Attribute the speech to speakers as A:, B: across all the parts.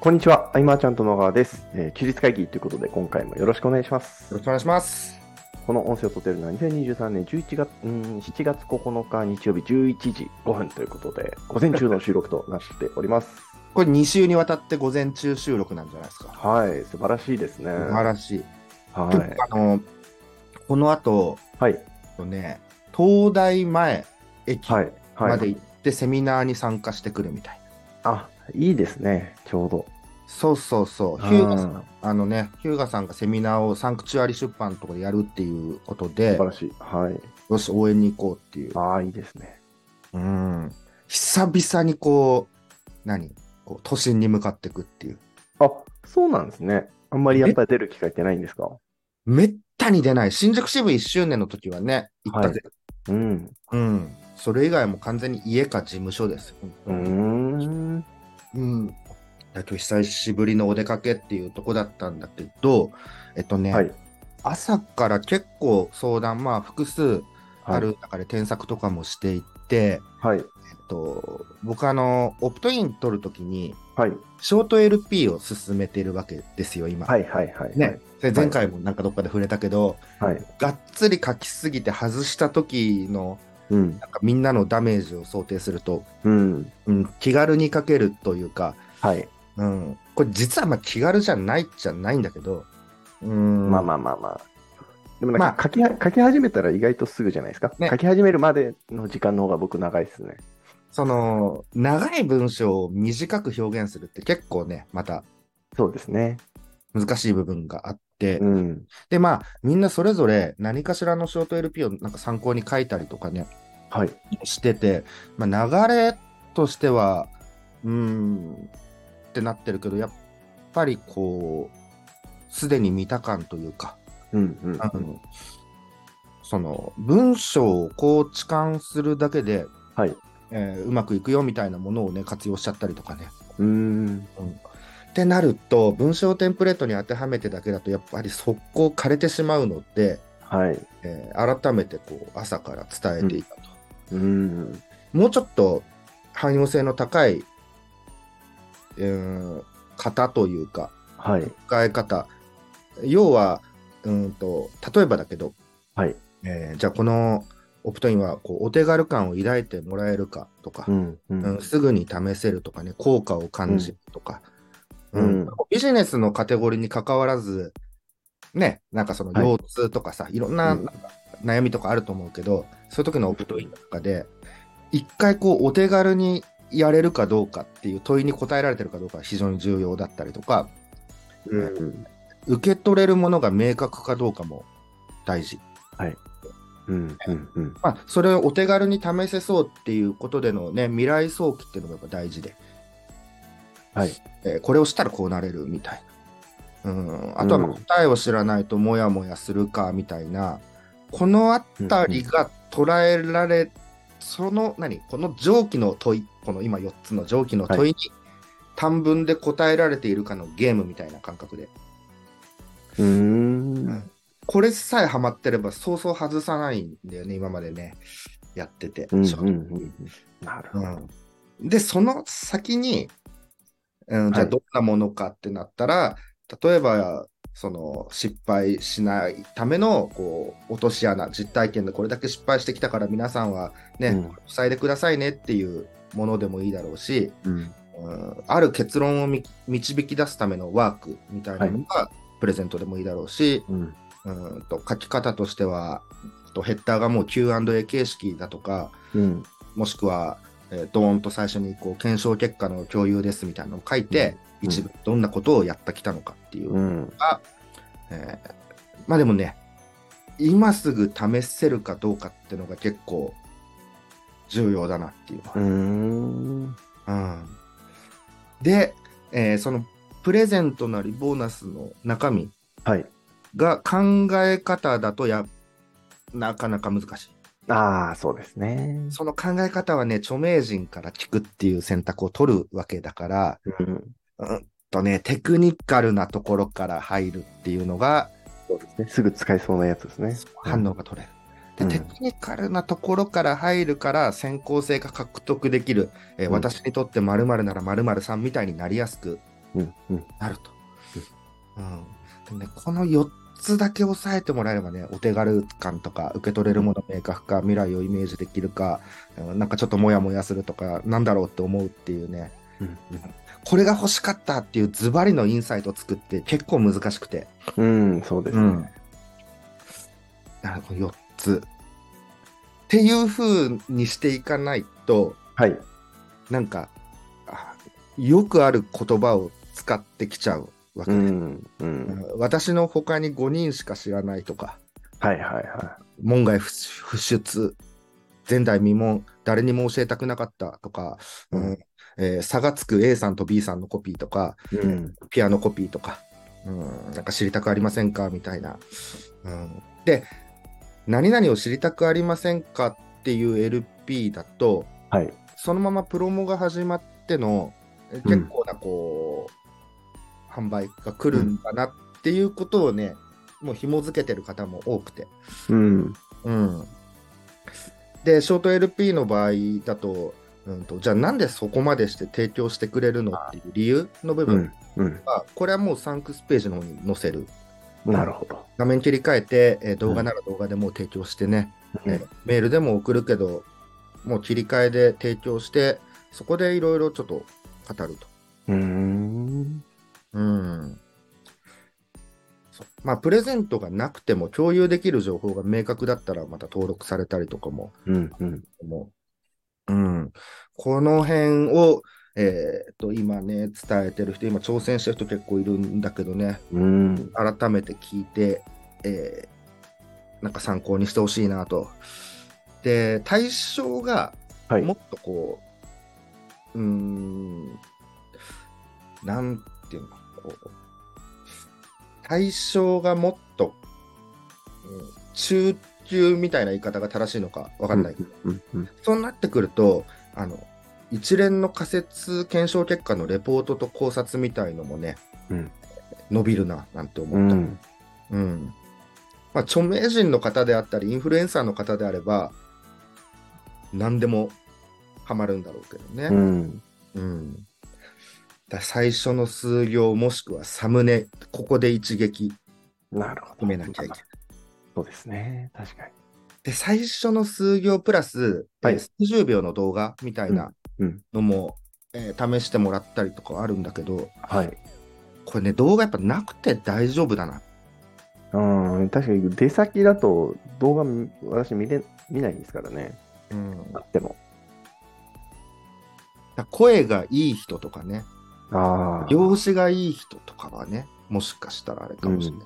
A: こんにちは、アイマーちゃんと野川です。えー休日会議ということで、今回もよろしくお願いします。
B: よろしくお願いします。
A: この音声を撮っているのは2023年11月、うーん、7月9日日曜日11時5分ということで、午前中の収録となっております。
B: これ2週にわたって午前中収録なんじゃないですか。
A: はい、素晴らしいですね。
B: 素晴らしい。
A: はい。
B: あの、この後、
A: はい。
B: ね、東大前駅
A: はい。はい。
B: まで行ってセミナーに参加してくるみたいな。
A: あ、いいですね、ちょうど。
B: そうそうそう。ヒューガさん、あのね、ヒューガさんがセミナーをサンクチュアリ出版のとこでやるっていうこと
A: 素
B: で
A: 晴、らしい。はい。
B: よし、応援に行こうっていう。
A: ああ、いいですね。
B: うん。久々にこう、何こう都心に向かっていくっていう。
A: あ、そうなんですね。あんまりやっぱり出る機会ってないんですか
B: めったに出ない。新宿支部1周年の時はね、行ったぜ
A: うん。
B: うん、それ以外はもう完全に家か事務所です。
A: うーん。
B: うん。だけど久しぶりのお出かけっていうとこだったんだけど、えっとね、
A: はい
B: 朝から結構相談、まあ複数ある中で添削とかもしていって、
A: はい。
B: えっと、僕あの、オプトイン取るときに、
A: はい。
B: ショート LP を進めてるわけですよ、今。
A: はい。はい。はい。
B: ね。で前回もなんかどっかで触れたけど、
A: はい。
B: がっつり書きすぎて外した時の、
A: うん。
B: なんかみんなのダメージを想定すると、
A: うん。
B: うん、気軽に書けるというか、
A: はい。
B: うん、これ実はまあ気軽じゃないじゃないんだけど、うん
A: まあまあまあまあ。でもなん
B: ま
A: か書き,、書き始めたら意外とすぐじゃないですか、
B: ね
A: 書き始めるまでの時間の方が僕長いですね。
B: その長い文章を短く表現するって結構ねまた
A: そうですね。
B: 難しい部分があって、
A: うん。
B: でまあみんなそれぞれ何かしらのショート LP をなんか参考に書いたりとかね
A: はい。
B: してて、まあ、流れとしてはうんってなってるけどやっぱりこうすでに見た感というか
A: うんうん。
B: あのその文章をこう置換するだけで、
A: はい
B: えーうまくいくよみたいなものをね活用しちゃったりとかね。
A: うーん。
B: ってなると文章テンプレートに当てはめてだけだとやっぱり速攻枯れてしまうので、
A: はい。
B: えー改めてこう朝から伝えていたと、
A: うん。
B: もうちょっと汎用性の高い、えー型というか
A: はい。
B: 使い方要はうんと例えばだけど
A: はい。
B: えーじゃあこのオプトインはこうお手軽感を抱いてもらえるかとか
A: う、ん。う
B: うん
A: ん。
B: すぐに試せるとかね効果を感じるとか、
A: う
B: うんん
A: うん
B: ビジネスのカテゴリーに関わらずねなんかその
A: はい
B: 腰痛とかさ、い、ろんな
A: うん
B: なんか悩みとかあると思うけど、そういう時のオプトインの中で一回こうお手軽にやれるかどうかっていう問いに答えられてるかどうかが非常に重要だったりとか
A: うん。
B: 受け取れるものが明確かどうかも大事
A: うん。うん。うん。
B: まあ、それをお手軽に試せそうっていうことでのね、未来早期っていうのがやっぱ大事で、
A: はい
B: えーこれをしたらこうなれるみたいな。うん、あとはまあ
A: うん
B: 答えを知らないともやもやするかみたいな、このあたりが捉えられ、その何、この上記の問い、この今4つの上記の問いに、短文で答えられているかのゲームみたいな感覚で、
A: うーん。
B: これさえハマってれば、そうそう外さないんだよね、今までね、やってて。
A: うん。うん。うんなるほど。
B: うん、で、その先に、うん、じゃ
A: は
B: あ
A: い
B: どんなものかってなったら、例えば、その失敗しないためのこう落とし穴、実体験でこれだけ失敗してきたから皆さんはね、
A: うん
B: 塞いでくださいねっていうものでもいいだろうし、
A: うん。
B: うん、ある結論をみ導き出すためのワークみたいなのがプレゼントでもいいだろうし、
A: うん。
B: うんと書き方としては、とヘッダーがもう Q&A 形式だとか、
A: うん。
B: もしくは、えードーンと最初にこう検証結果の共有ですみたいなのを書いて、
A: うん
B: 一部どんなことをやってきたのかっていう、
A: うん。
B: えーまあでもね今すぐ試せるかどうかっていうのが結構重要だなっていうのは
A: うーん。
B: うんで、えーそのプレゼントなりボーナスの中身
A: はい。
B: が考え方だとやなかなか難しい
A: ああ、そうですね。
B: その考え方はね著名人から聞くっていう選択を取るわけだから、
A: うん。
B: うんとね、テクニカルなところから入るっていうのが
A: そうですね。すぐ使えそうなやつですね。
B: 反応が取れる。で
A: うん
B: テクニカルなところから入るから先行性が獲得できる、えー
A: うん
B: 私にとって〇〇なら〇〇さんみたいになりやすく
A: うんうん
B: なると。うんでね、この4つだけ押さえてもらえればね、お手軽感とか、受け取れるもの明確か、未来をイメージできるか、うんなんかちょっとモヤモヤするとか、なんだろうって思うっていうね、
A: うん
B: これが欲しかったっていうズバリのインサイトを作って結構難しくて。
A: うん、うん、そうですね。
B: うんだからこの4つ。っていう風にしていかないと、
A: はい。
B: なんか、あよくある言葉を使ってきちゃうわけ
A: う
B: で
A: ん、うん。
B: 私の他に5人しか知らないとか、
A: はいはいは
B: 門外不不出、前代未聞、誰にも教えたくなかったとか、うん
A: うん
B: えー差がつく A さんと B さんのコピーとか、
A: い。うん、
B: ピアノコピーとか、うん、なんか知りたくありませんかみたいな、うん。で、何々を知りたくありませんかっていう LP だと、
A: はい。
B: そのままプロモが始まっての、え結構なこう、販売が来るんだなっていうことをね、もう紐付けてる方も多くて。
A: うん、
B: うん、で、ショート LP の場合だと、うんと、じゃあなんでそこまでして提供してくれるのっていう理由の部
A: う
B: 分
A: ん、うん。
B: は、これはもうサンクスページの方に載せる。
A: なるほど。
B: 画面切り替えて、えー動画なら動画でもう提供してね、
A: う
B: ね
A: ん、
B: メールでも送るけど、もう切り替えで提供して、そこでいろいろちょっと語ると。
A: うーん、
B: うん。そうまあ、プレゼントがなくても共有できる情報が明確だったら、また登録されたりとかも、
A: うん、うん。
B: もううん。この辺を、えーっと、今ね、伝えてる人、今挑戦してる人結構いるんだけどね、
A: うん、
B: 改めて聞いて、えーなんか参考にしてほしいなと。で、対象が、
A: はい
B: もっとこう、うーん、なんていうの、こう対象がもっと、うん中級みたいな言い方が正しいのかわかんないけど、
A: うん、うん。
B: そうなってくると、あの、一連の仮説検証結果のレポートと考察みたいのもね、
A: うん
B: 伸びるな、なんて思
A: う
B: った。
A: ん、
B: うん。まあ、著名人の方であったり、インフルエンサーの方であれば、何でもハマるんだろうけど
A: う
B: ね。
A: ん。
B: うん。だ最初の数行もしくはサムネ、ここで一撃
A: なるほど。
B: 埋めなきゃいけない。
A: そうですね。確かに。
B: で、最初の数行プラス、
A: はい
B: えー数十秒の動画みたいな
A: うん。
B: のも、えー試してもらったりとかはあるんだけど、
A: はい。
B: これね、動画やっぱなくて大丈夫だな。
A: うん、確かに出先だと動画み私見れ見ないですからね。
B: うん。
A: あ
B: だか
A: っても。
B: ら声がいい人とかね。
A: ああ。
B: 容姿がいい人とかはね、もしかしたらあれかもしれない。う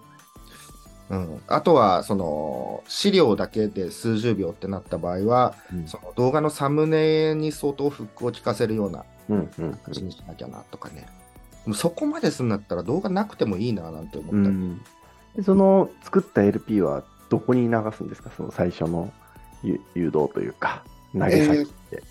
B: んあとは、その、資料だけで数十秒ってなった場合は、
A: うん
B: その動画のサムネに相当フックを効かせるような
A: うんうん
B: 感じにしなきゃなとかね。でもそこまでするんだったら動画なくてもいいななんて思
A: う
B: ったり。
A: ん。でその作った LP はどこに流すんですかその最初のゆ誘導というか、投げ先って。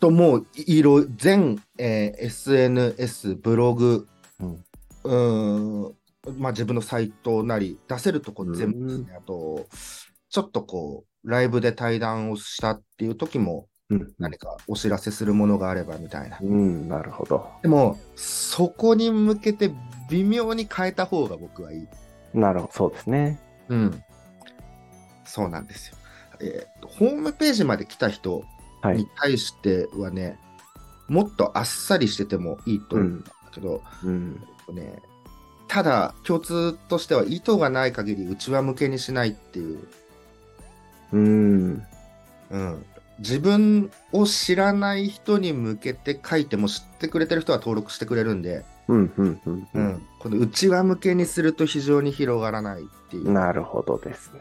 B: と、もう、いろ、全、えー SNS、ブログ、
A: うん
B: うーん、まあ自分のサイトなり、出せるとこ全部ですね。あと、ちょっとこう、ライブで対談をしたっていう時も、
A: うん
B: 何かお知らせするものがあればみたいな。
A: うん、なるほど。
B: でも、そこに向けて微妙に変えた方が僕はいい。
A: なるほど、そうですね。
B: うん。そうなんですよ。えーホームページまで来た人
A: は
B: に
A: い。
B: 対してはね、もっとあっさりしててもいいと思うんだけど、
A: うん。
B: ね、ただ共通としては意図がない限り内輪向けにしないっていう、
A: うん。
B: うん、自分を知らない人に向けて書いても知ってくれてる人は登録してくれるんで、
A: うん。うん。うん
B: う。ん、この内輪向けにすると非常に広がらないっていうう、
A: んなるほどですね。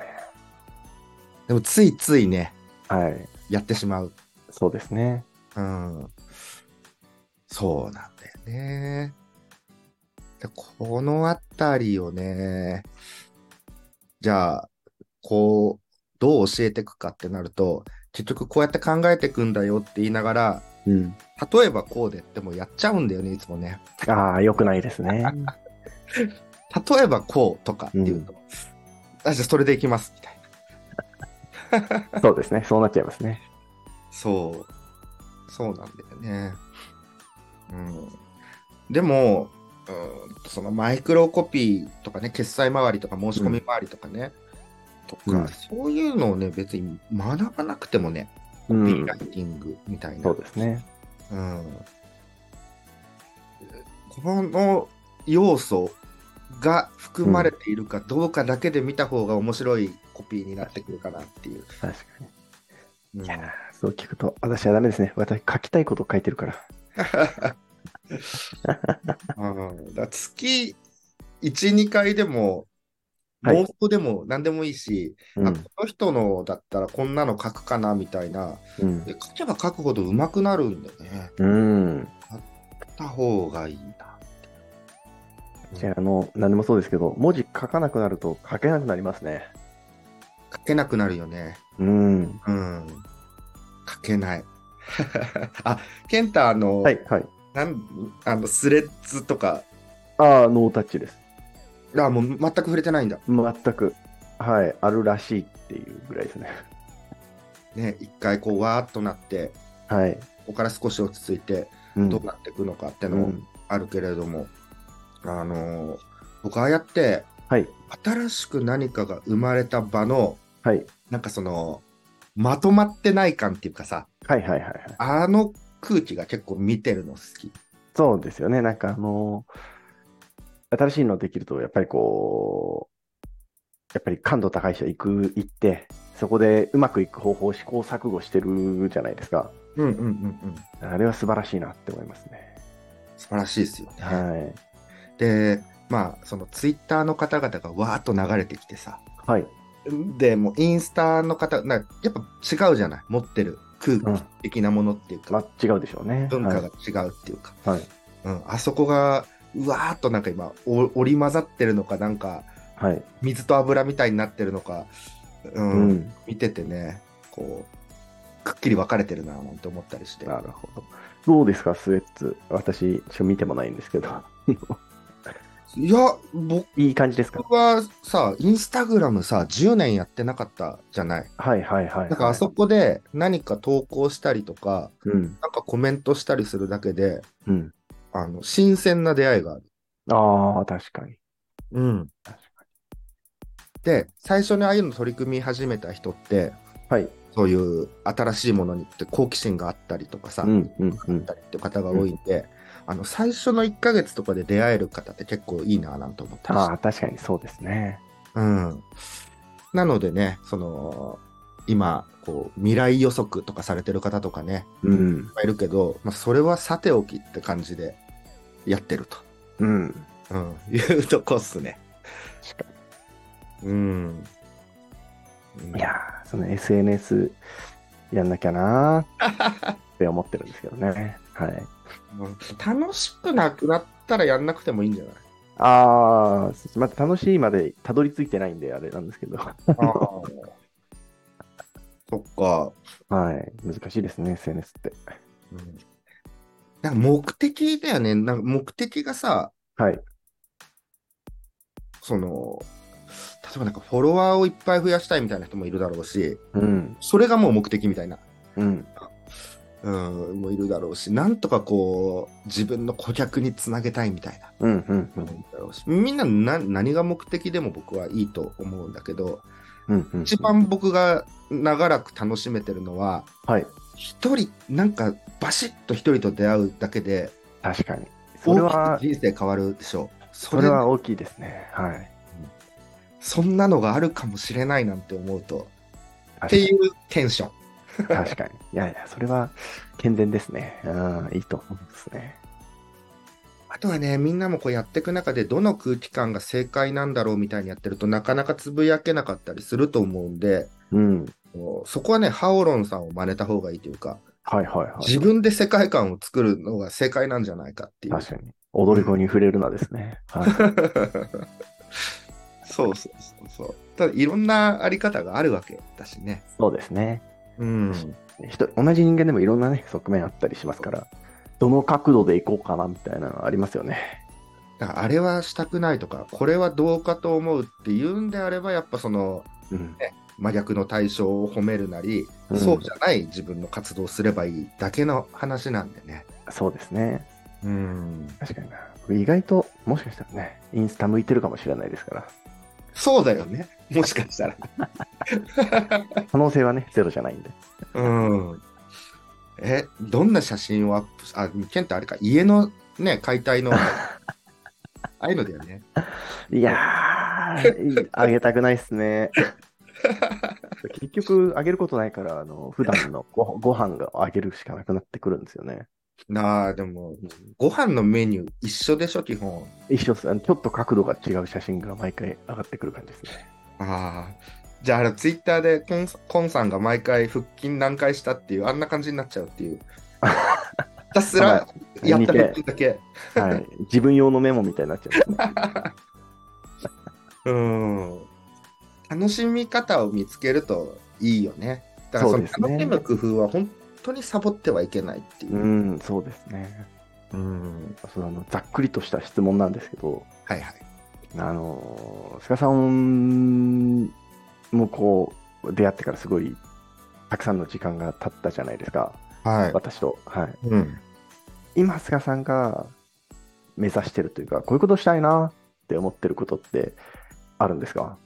B: でもついついね
A: はい。
B: やってしまう、
A: そうですね。
B: うん、そうなんだよねでこのあたりをねじゃあこうどう教えていくかってなると結局こうやって考えていくんだよって言いながら
A: うん。
B: 例えばこうでってもやっちゃうんだよねいつもね
A: ああ、良くないです ね。
B: 例えばこうとかっていうと、あじゃあそれでいきますみたいな
A: そうですね。そうなっちゃいますね。
B: そう。そうなんだよね。うん。でも、うーんとそのマイクロコピーとかね、決済回りとか申し込み回りとかね、とか、
A: うん
B: そういうのをね、別に学ばなくてもね、
A: う
B: コピ
A: ん
B: ーライティングみたいな。
A: そうですね。
B: うんこの要素が含まれているかどうかだけで見た方が面白いコピーになってくるかなっていう。
A: 確かに。
B: うん
A: いやーそう聞くと、私はダメですね。私、書きたいことを書いてるから。
B: うんだから月1、2回でも、
A: はい
B: 妄想でも何でもいいし、
A: う
B: あ
A: ん
B: こ。の人のだったらこんなの書くかなみたいな、
A: うん
B: で書けば書くほど上手くなるんだよね。
A: うん。
B: 書いた方がいいな。
A: いやあの、何でもそうですけど、文字書かなくなると書けなくなりますね。
B: 書けなくなるよね。
A: うん。
B: うん。書けない。 あ、ケンタ、あの、
A: はい、はい。
B: なんあのスレッズとか、
A: ああ、ノータッチです。
B: あ、もう全く触れてないんだ。
A: 全く。はい、あるらしいっていうぐらいですね。
B: ね、一回こう、わーっとなって、
A: はい。
B: ここから少し落ち着いて、
A: うん
B: どうなっていくのかって
A: う
B: のを
A: ん
B: あるけれども、あのー僕ああやって
A: はい、
B: 新しく何かが生まれた場の
A: はい、
B: なんかそのまとまってない感っていうかさ
A: はい、はい、はいはい。
B: あの空気が結構見てるの好き
A: そうですよね。なんかあの新しいのできると、やっぱりこう、やっぱり感度高い人は行く、行って、そこでうまくいく方法を試行錯誤してるじゃないですか。
B: うんうんうんうん
A: あれは素晴らしいなって思いますね。
B: 素晴らしいですよね、
A: は
B: でまあそのツイッターの方々がわーっと流れてきてさ
A: い。はい。
B: でもうインスタの方なやっぱ違うじゃない持ってる空
A: うん
B: 気的なものっていうか、
A: まあ、違うでしょうね。
B: 文化
A: は
B: が
A: い
B: 違うっていうか、
A: はい
B: うん、あそこがうわーっとなんか今お織り交ざってるのかなんか
A: はい。
B: 水と油みたいになってるのか、
A: う
B: う
A: んん。
B: 見ててねこうくっきり分かれてるななんて思ったりして
A: なるほど。どうですか、スウェッツ。私、ちょ見てもないんですけど。
B: いや僕
A: いい感じですか
B: はさインスタグラムさ10年やってなかったじゃない
A: はいはいはい、はい。
B: なんかあそこで何か投稿したりとか
A: うん。
B: なんかコメントしたりするだけで
A: うん。
B: あの新鮮な出会いがある、
A: ああ、確かに。
B: うん、
A: 確か
B: で最初にああいうの取り組み始めた人って
A: に。はい。
B: そういう新しいものにって好奇心があったりとかさ、
A: うんうんう
B: あっ
A: ん。
B: たりっていう方が多いんで、あの最初の1ヶ月とかで出会える方って結構いいなぁなんて思ったりし
A: ああ、確かにそうですね。
B: て、うん、なのでねその今こう未来予測とかされてる方とかね
A: うん
B: いっ。ぱいいるけど、まあ、それはさておきって感じでやってると、
A: うん。
B: うん、 いうとこっすね。
A: 確か
B: うん、
A: に。いやー、その SNS やんなきゃな ーって思ってるんですけどね。はい。
B: うん楽しくなくなったらやんなくてもいいんじゃない
A: ああ、また楽しいまでたどり着いてないんで、あれなんですけど。は
B: ああ。 そっか。
A: い。難しいですね、SNS って。
B: うんなんか目的だよね。なんか目的がさ、
A: はい。
B: その、例えばなんかフォロワーをいっぱい増やしたいみたいな人もいるだろうし、
A: うん。
B: それがもう目的みたいな、
A: うん。
B: うん、もいるだろうし、なんとかこう、自分の顧客につなげたいみたいな、
A: うん。うん。う
B: もい
A: ん
B: るだろうし、みんなな何が目的でも僕はいいと思うんだけど、
A: うん。うん
B: 一。番僕が長らく楽しめてるのは、
A: はい。
B: 一人、なんかバシッと一人と出会うだけで、
A: 確かに。そ
B: 大
A: れ
B: き
A: は
B: く、人生変わるでしょう。そ
A: そ
B: れ
A: れは大きいですね。はい。
B: そんなのがあるかもしれないなんて思うと、っ
A: 確か
B: て
A: に
B: いうテンション。
A: 確かに。いやいや、それは健全ですね。うん、いいと思うんですね。
B: あとはね、みんなもこうやっていく中で、どの空気感が正解なんだろうみたいにやってるとなかなかつぶやけなかったりすると思うんで、
A: うん。
B: もうそこはね、ハオロンさんを真似た方がいいというか、
A: はいはいはい。
B: 自分で世界観を作るのが正解なんじゃないかっていう。
A: 確かに。踊り子に触れるなですね。はい。
B: そうそうそうそう。ただ、いろんなあり方があるわけだしね。
A: そうですね。
B: うん。
A: 人同じ人間でもいろんなね、側面あったりしますから、どの角度でいこうかなみたいなのありますよね。
B: だからあれはしたくないとか、これはどうかと思うっていうんであれば、やっぱその、
A: うん。
B: 真逆の対象を褒めるなり、
A: うん
B: そうじゃない自分の活動をすればいいだけの話なんでね。
A: そうですね。
B: うん。
A: 確かにな。意外と、もしかしたらね、インスタ向いてるかもしれないですから、
B: そうだよね。もしかしたら。
A: 可能性はね、ゼロじゃないんで。
B: うん。え、どんな写真をアップしあ、ケンってあれか、家のね、解体 の、ああいうのだよね。
A: いやー、いあげたくないっすね。結局、あげることないから、あの普段のご ご飯があげるしかなくなってくるんですよね。
B: なあ、でも、ご飯のメニュー一緒でしょ、基本。
A: 一緒っすあのちょっと角度が違う写真が毎回上がってくる感じですね。
B: ああ。じゃあ、あれ、ツイッターでコン、コンさんが毎回腹筋何回したっていう、あんな感じになっちゃうっ ていう。ひたすら、やった腹筋だけ。
A: はい、自分用のメモみたいになっちゃうんですね。
B: うん。楽しみ方を見つけるといいよね。だから
A: そ
B: その
A: うです
B: 楽
A: ね
B: しむ工夫は本当にサボってはいけないっていうう。
A: ん、そうですね。
B: うん。
A: そうあのざっくりとした質問なんですけど、
B: はいはい。
A: あの菅さんもこう出会ってからすごいたくさんの時間が経ったじゃないですか、
B: は
A: 私と。はい、
B: い。うん。
A: 今、菅さんが目指してるというか、こういうことしたいなって思ってることってあるんですか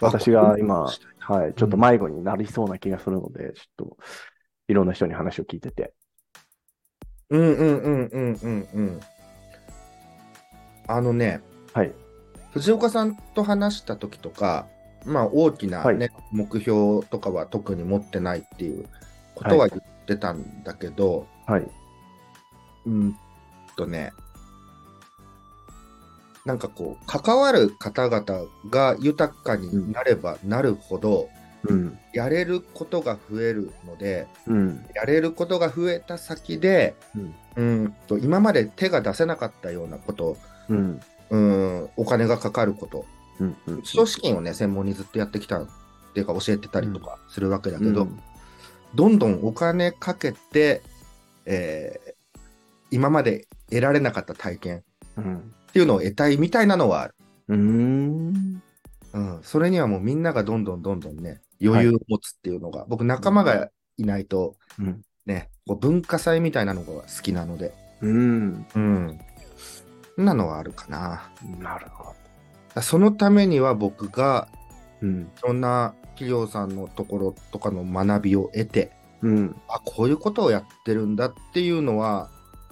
A: 私が今、はい、ちょっと迷子になりそうな気がするので、ちょっといろんな人に話を聞いてて。
B: うんうんうんうんうんうん。あのね、
A: はい、
B: 藤岡さんと話した時とか、まあ大きな、ね目標とかは特に持ってないっていうことは言ってたんだけど、
A: はい、
B: うんとね、なんかこう、関わる方々が豊かになればなるほど、
A: うん、
B: やれることが増えるので、
A: うん、
B: やれることが増えた先で、
A: うん、
B: うんと今まで手が出せなかったようなこと、
A: うん、
B: うん、お金がかかること、
A: うん、うん、
B: 基礎資金をね、専門にずっとやってきたっていうか、教えてたりとかするわけだけど、
A: うん
B: どんどんお金かけて、えー今まで得られなかった体験、
A: うん
B: っていうのを得たいみたいなのはある。
A: うーん、
B: うん。それにはもうみんながどんどんどんどんね、余裕を持つっていうのが、僕仲間がいないと、
A: うん、
B: ね、こう文化祭みたいなのが好きなので、
A: うん、
B: うん。そんなのはあるかな。だか
A: なるほ
B: らそのためには僕が、
A: ど。うん、
B: いろんな企業さんのところとかの学びを得て、
A: うん、
B: あ、こういうことをやってるんだっていうのは、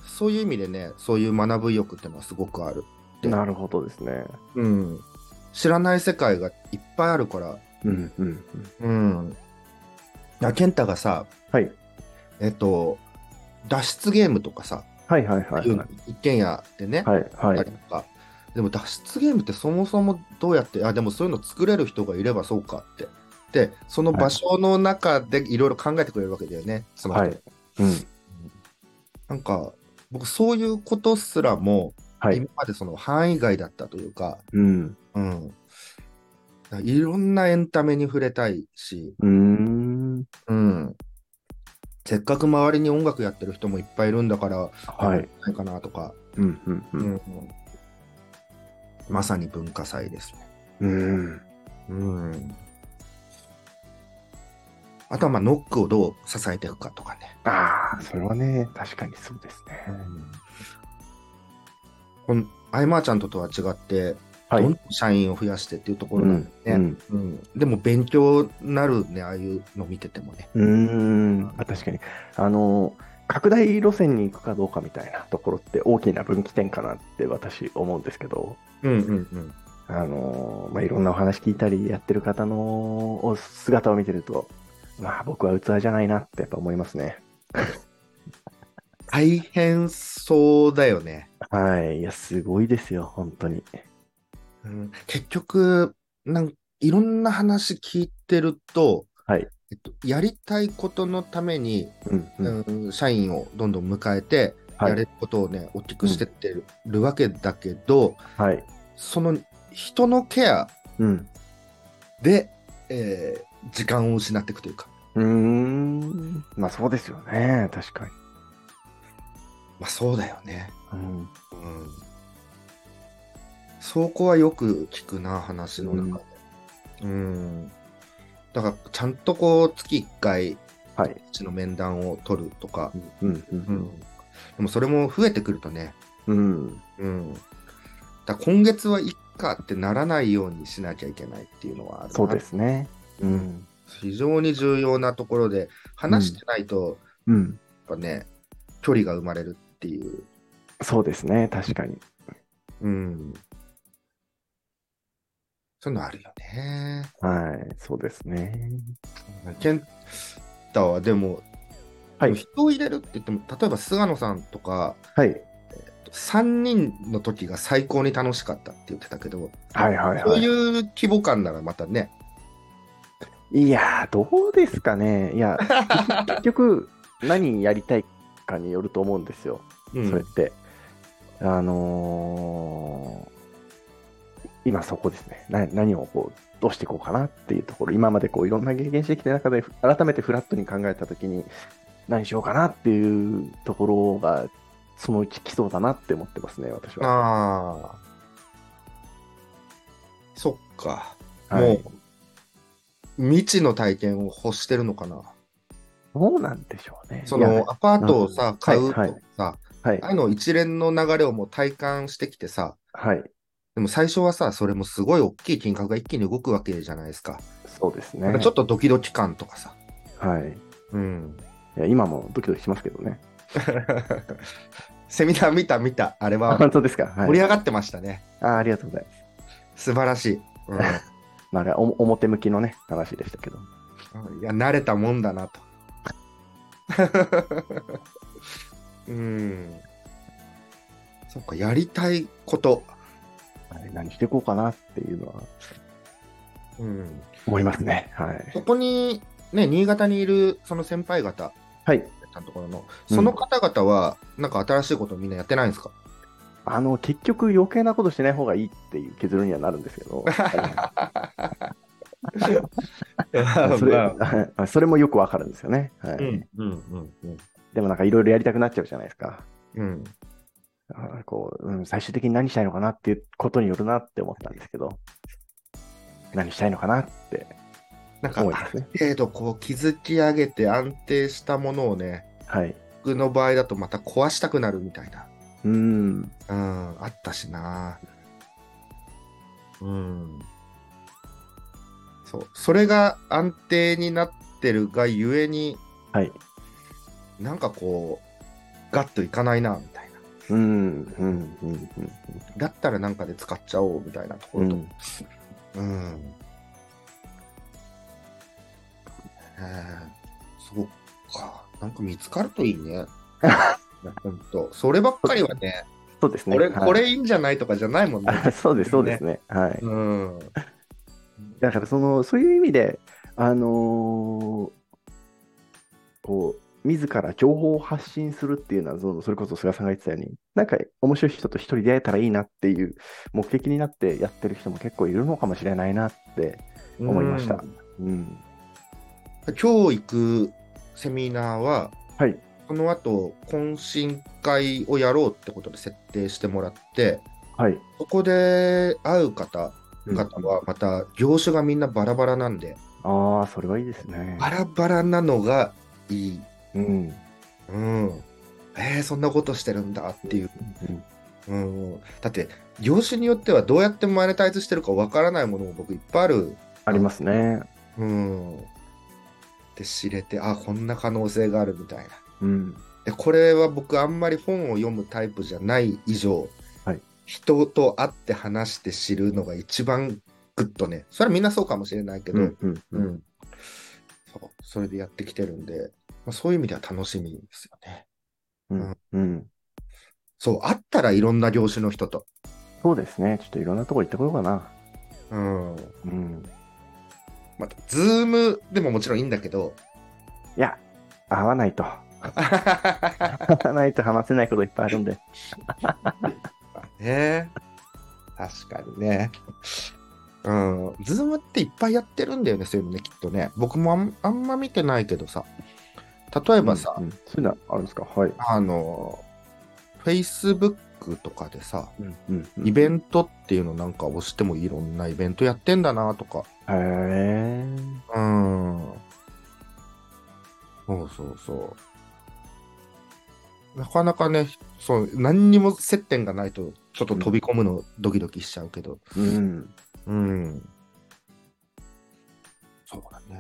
B: そういう意味でね、そういう学ぶ意欲っていうのはすごくある。で
A: なるほどですね。
B: うん。知らない世界がいっぱいあるから、
A: うん、うん、うん
B: うん。あ、健太がさ、
A: はい、
B: えっと、脱出ゲームとかさ、
A: はい、はい、はい、
B: いう一軒家でね、
A: はい、はい
B: あったり、とかでも脱出ゲームってそもそもどうやって、あ、でもそういうの作れる人がいればそうかって。で、その場所の中でいろいろ考えてくれるわけだよね、その人。
A: はいうん、
B: なんか、僕そういうことすらも、
A: はい
B: 今、までその範囲外だったというか、
A: うん。
B: うん。だからいろんなエンタメに触れたいし、
A: うーん。
B: うん。せっかく周りに音楽やってる人もいっぱいいるんだから、
A: はい。
B: ないかなとか、
A: うん、うん、うん。
B: まさに文化祭ですね。
A: うん。
B: うん。あとはまあノックをどう支えていくかとかね。
A: ああ、それはね、確かにそうですね。
B: このアイマーちゃんととは違って、
A: はい
B: どんどん社員を増やしてっていうとこ
A: う
B: ろなん
A: ん。
B: で
A: う
B: ね、
A: ん。
B: うんでも勉強になるね、ああいうの見ててもね。
A: うーん。あ確かに。あの、拡大路線に行くかどうかみたいなところって大きな分岐点かなって私思うんですけど、
B: うんうんうん。
A: あの、まあ、いろんなお話聞いたりやってる方のお姿を見てると、まあ僕は器じゃないなってやっぱ思いますね。
B: 大変そうだよね。
A: はい。いや、すごいですよ、本当に。
B: うん結局なんいろんな話聞いてると、
A: はい
B: えっと、やりたいことのために、
A: うん。うん。
B: うん社員をどんどん迎えて、
A: はい
B: やれることをね大きくしてってる,、わけだけど
A: はい。
B: その人のケア
A: うん。
B: で、えー時間を失っていくというか、
A: うーん。まあそうですよね。確かに。
B: まあ、そうだよね、
A: うん。
B: うん、そこはよく聞くな話の中で、うん、だからちゃんとこう月1回
A: はい。
B: うちの面談を取るとか、
A: うん。うん。
B: でもそれも増えてくるとね、
A: うん。
B: うん。だから今月はいっかってならないようにしなきゃいけないっていうのはあるな
A: そうですね。うん。
B: 非常に重要なところで、話してないと、
A: うん。
B: やっぱね、距離が生まれるっていう。
A: そうですね。確かに。
B: うん。そういうのあるよね。
A: はい。そうですね。
B: 健太はでも、
A: はい
B: 人を入れるって言っても、例えば菅野さんとか、
A: はい。
B: 3人の時が最高に楽しかったって言ってたけど、
A: はいはい
B: そう
A: はいい。
B: う規模感ならまたね、
A: いやー、どうですかね。いや、結局、何やりたいかによると思うんですよ。
B: うん
A: それって。あのー今そこですね。な何をこう、どうしていこうかなっていうところ、今までこういろんな経験してきた中で、改めてフラットに考えたときに、何しようかなっていうところが、そのうち来そうだなって思ってますね、私は。
B: ああ。そっか。
A: はい
B: もう、未知の体験を欲してるのかな。
A: どうなんでしょうね。
B: そ
A: いや
B: の、アパートをさ、買うと
A: はい
B: かさ、
A: はい
B: あ、あいうの一連の流れをもう体感してきてさ、
A: はい、
B: でも最初はさ、それもすごい大きい金額が一気に動くわけじゃないですか。
A: そうです
B: な
A: ね
B: んか。ちょっとドキドキ感とかさ。
A: はい。
B: うん。
A: いや今もドキドキしますけどね。
B: セミナー見た見た、あれ
A: あ、
B: は
A: 本当ですか。は
B: 盛り
A: い。
B: 上がってましたね。
A: あ、ありがとうございます。
B: 素晴らしい。うん
A: まあ、あれはお表向きのね、話でしたけど。
B: いや、慣れたもんだなと。 うん。そっか、やりたいこと。
A: あれ何していこうかなっていうのは
B: うん。
A: 思いますね。はい。
B: そこに、ね、新潟にいるその先輩方、
A: はい。
B: たところの、
A: うん
B: その方々は、なんか新しいことみんなやってないん ですか、
A: あの、結局余計なことしない方がいいっていう結論にはなるんですけど、 はいそれはいそれもよくわかるんですよね。はい
B: うん、うん、うん、
A: でもなんかいろいろやりたくなっちゃうじゃないですか。
B: うん。
A: だからこう、うん、最終的に何したいのかなっていうことによるなって思ったんですけど、何したいのかなって
B: なんか、
A: 思いま
B: あ
A: すね。
B: る程度こう、築き上げて安定したものをね、
A: はい。
B: 僕の場合だとまた壊したくなるみたいな。
A: うん。
B: うん、あったしな。うん。そう、それが安定になってるがゆえに、
A: はい。
B: なんかこう、ガッといかないな、みたいな。
A: うん。うん。うん。うん
B: だったらなんかで使っちゃおう、みたいなとこ
A: う
B: ろと。
A: ん。
B: うん。へえそうか。なんか見つかると いいね。ほんと。そればっかりはね、
A: そうですね。
B: これ、
A: はい
B: これいいんじゃないとかじゃないもんね。
A: あ そうです、そうですね。はい。
B: うん。
A: だからそのそういう意味で、あのーこう自ら情報を発信するっていうのはそのそれこそ菅さんが言ってたようになんか面白い人と一人出会えたらいいなっていう目的になってやってる人も結構いるのかもしれないなって、思いましたうん、
B: うん今日行くセミナーは、
A: はい
B: この後懇親会をやろうってことで設定してもらって
A: はい、
B: そこで会う方
A: うん
B: 々はまた業種がみんなバラバラなんで、
A: ああそれはいいですね
B: バラバラなのがいい、
A: うん、
B: うん、えー、そんなことしてるんだっていう、
A: うん
B: うん、だって業種によってはどうやってマネタイズしてるかわからないものも僕いっぱいある
A: ありますね
B: うん。で、知れて、あ、こんな可能性があるみたいな。
A: うん
B: で、これは僕、あんまり本を読むタイプじゃない以上、
A: はい
B: 人と会って話して知るのが一番グッとね、それはみんなそうかもしれないけど、
A: うんうんう
B: うんんそうそれでやってきてるんで、まあ、そういう意味では楽しみですよね。
A: うんうん
B: そう、会ったらいろんな業種の人と。
A: そうですねちょっといろんなとこ行ってこようかな
B: うん。
A: うん
B: また、ズームでももちろんいいんだ けど、
A: いや合わないと合わないと話せないこといっぱいあるんで
B: ね。確かにね。うん。ズームっていっぱいやってるんだよね、そういうのね、きっとね。僕もあんあんま見てないけどさ。例えばさ、
A: うんうんそういうのはあるんですかはい。
B: あの、Facebook とかでさ、
A: うん
B: イベ
A: ト。
B: ントっていうのなんか押してもいろんなイベントやってんだなとか。
A: へー
B: うん。そうそうそう。なかなかね、そう、何にも接点がないと、ちょっと飛び込むのドキドキしちゃうけど。
A: うん。
B: うん。そうだね。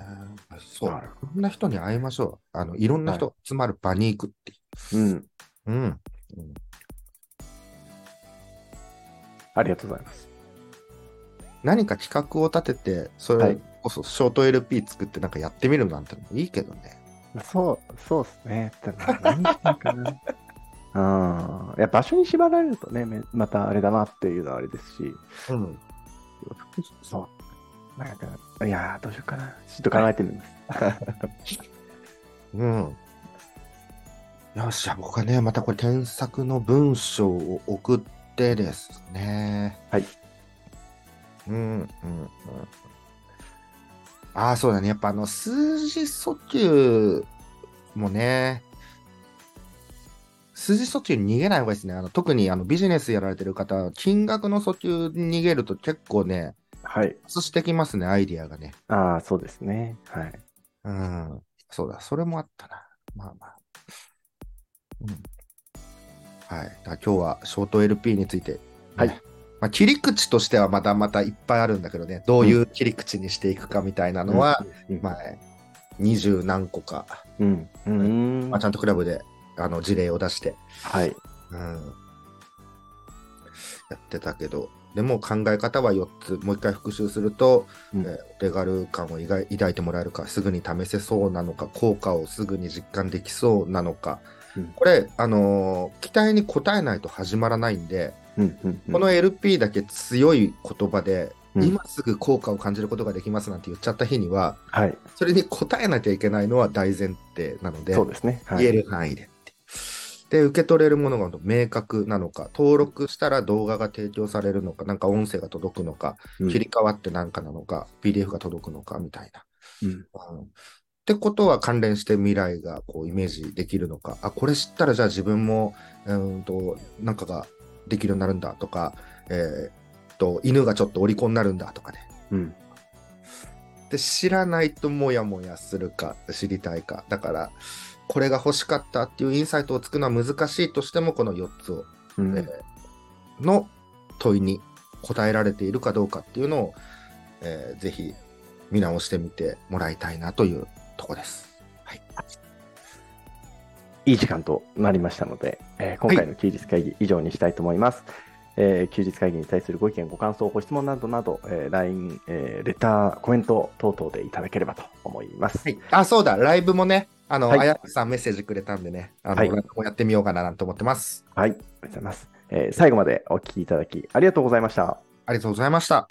B: そう。
A: なる
B: いろんな人に会いましょう。あの、いろんな人集まる場に行くってい
A: うん。
B: う。うん。
A: ありがとうございます。
B: 何か企画を立てて、そ
A: は
B: れ
A: い
B: こそショート LP 作ってなんかやってみるなんてのもいいけどね。
A: そう、そうっすね。でも何したいかな。 ああ、いや場所に縛られるとね、めまたあれだなっていうのはあれですし、
B: うん。
A: そう。なんか、いやー、どうしようかな。ちょっと考えてみます。
B: うん。よし、じゃあ僕はね、またこれ添削の文章を送ってですね。
A: はい。
B: うん、うん、うん。ああ、そうだね。やっぱあの、数字訴求もね、数字訴求に逃げない方がいいですね。あの特にあのビジネスやられてる方は、金額の訴求に逃げると結構ね、
A: はい。
B: そしてきますね、アイディアがね。
A: ああ、そうですね。はい。
B: うん。そうだ、それもあったな。まあまあ。うん。はい。だから今日はショート LP について、
A: はい
B: ねまあ、切り口としてはまだまたいっぱいあるんだけどね、どういう切り口にしていくかみたいなのは、
A: うん、
B: まあ、二十何個か、
A: うん。うん。
B: まあ、ちゃんとクラブであの事例を出して、
A: はい。
B: うん、やってたけど、でも考え方は4つ、もう一回復習すると、
A: うん
B: えーレガル感を抱い抱いてもらえるか、すぐに試せそうなのか、効果をすぐに実感できそうなのか、
A: うん
B: これ、あのー期待に応えないと始まらないんで、
A: うんうんうん
B: この LP だけ強い言葉で、
A: うん
B: 今すぐ効果を感じることができますなんて言っちゃった日には、
A: はい。
B: それに応えなきゃいけないのは大前提なので、
A: そうですね。はい。
B: 言える範囲でってで、受け取れるものが明確なのか、登録したら動画が提供されるのか、なんか音声が届くのか、
A: うん
B: 切り替わってなんかなのか、PDF が届くのかみたいな。
A: うん
B: うんってことは関連して未来がこうイメージできるのか、あ、これ知ったらじゃあ自分も、うーんと、なんかができるようになるんだとか、えーと、犬がちょっとお利口になるんだとかね。
A: うん。
B: で、知らないともやもやするか、知りたいか。だから、これが欲しかったっていうインサイトをつくのは難しいとしても、この4つを
A: うん
B: えーの問いに答えられているかどうかっていうのを、えーぜひ見直してみてもらいたいなというとこです。はい、
A: いい時間となりましたので、えー今回の休日会議以上にしたいと思います。えー休日会議に対するご意見、ご感想、ご質問などなど、えー LINE、えーレター、コメント等々でいただければと思います。
B: はい、あ、そうだ、ライブもね、あの、
A: はい
B: あやさんメッセージくれたんでね、あの、
A: はい
B: ライブもやってみようかななんて思ってます。
A: はい、ありがとうございます。えー最後までお聞きいただきありがとうございました。
B: ありがとうございました。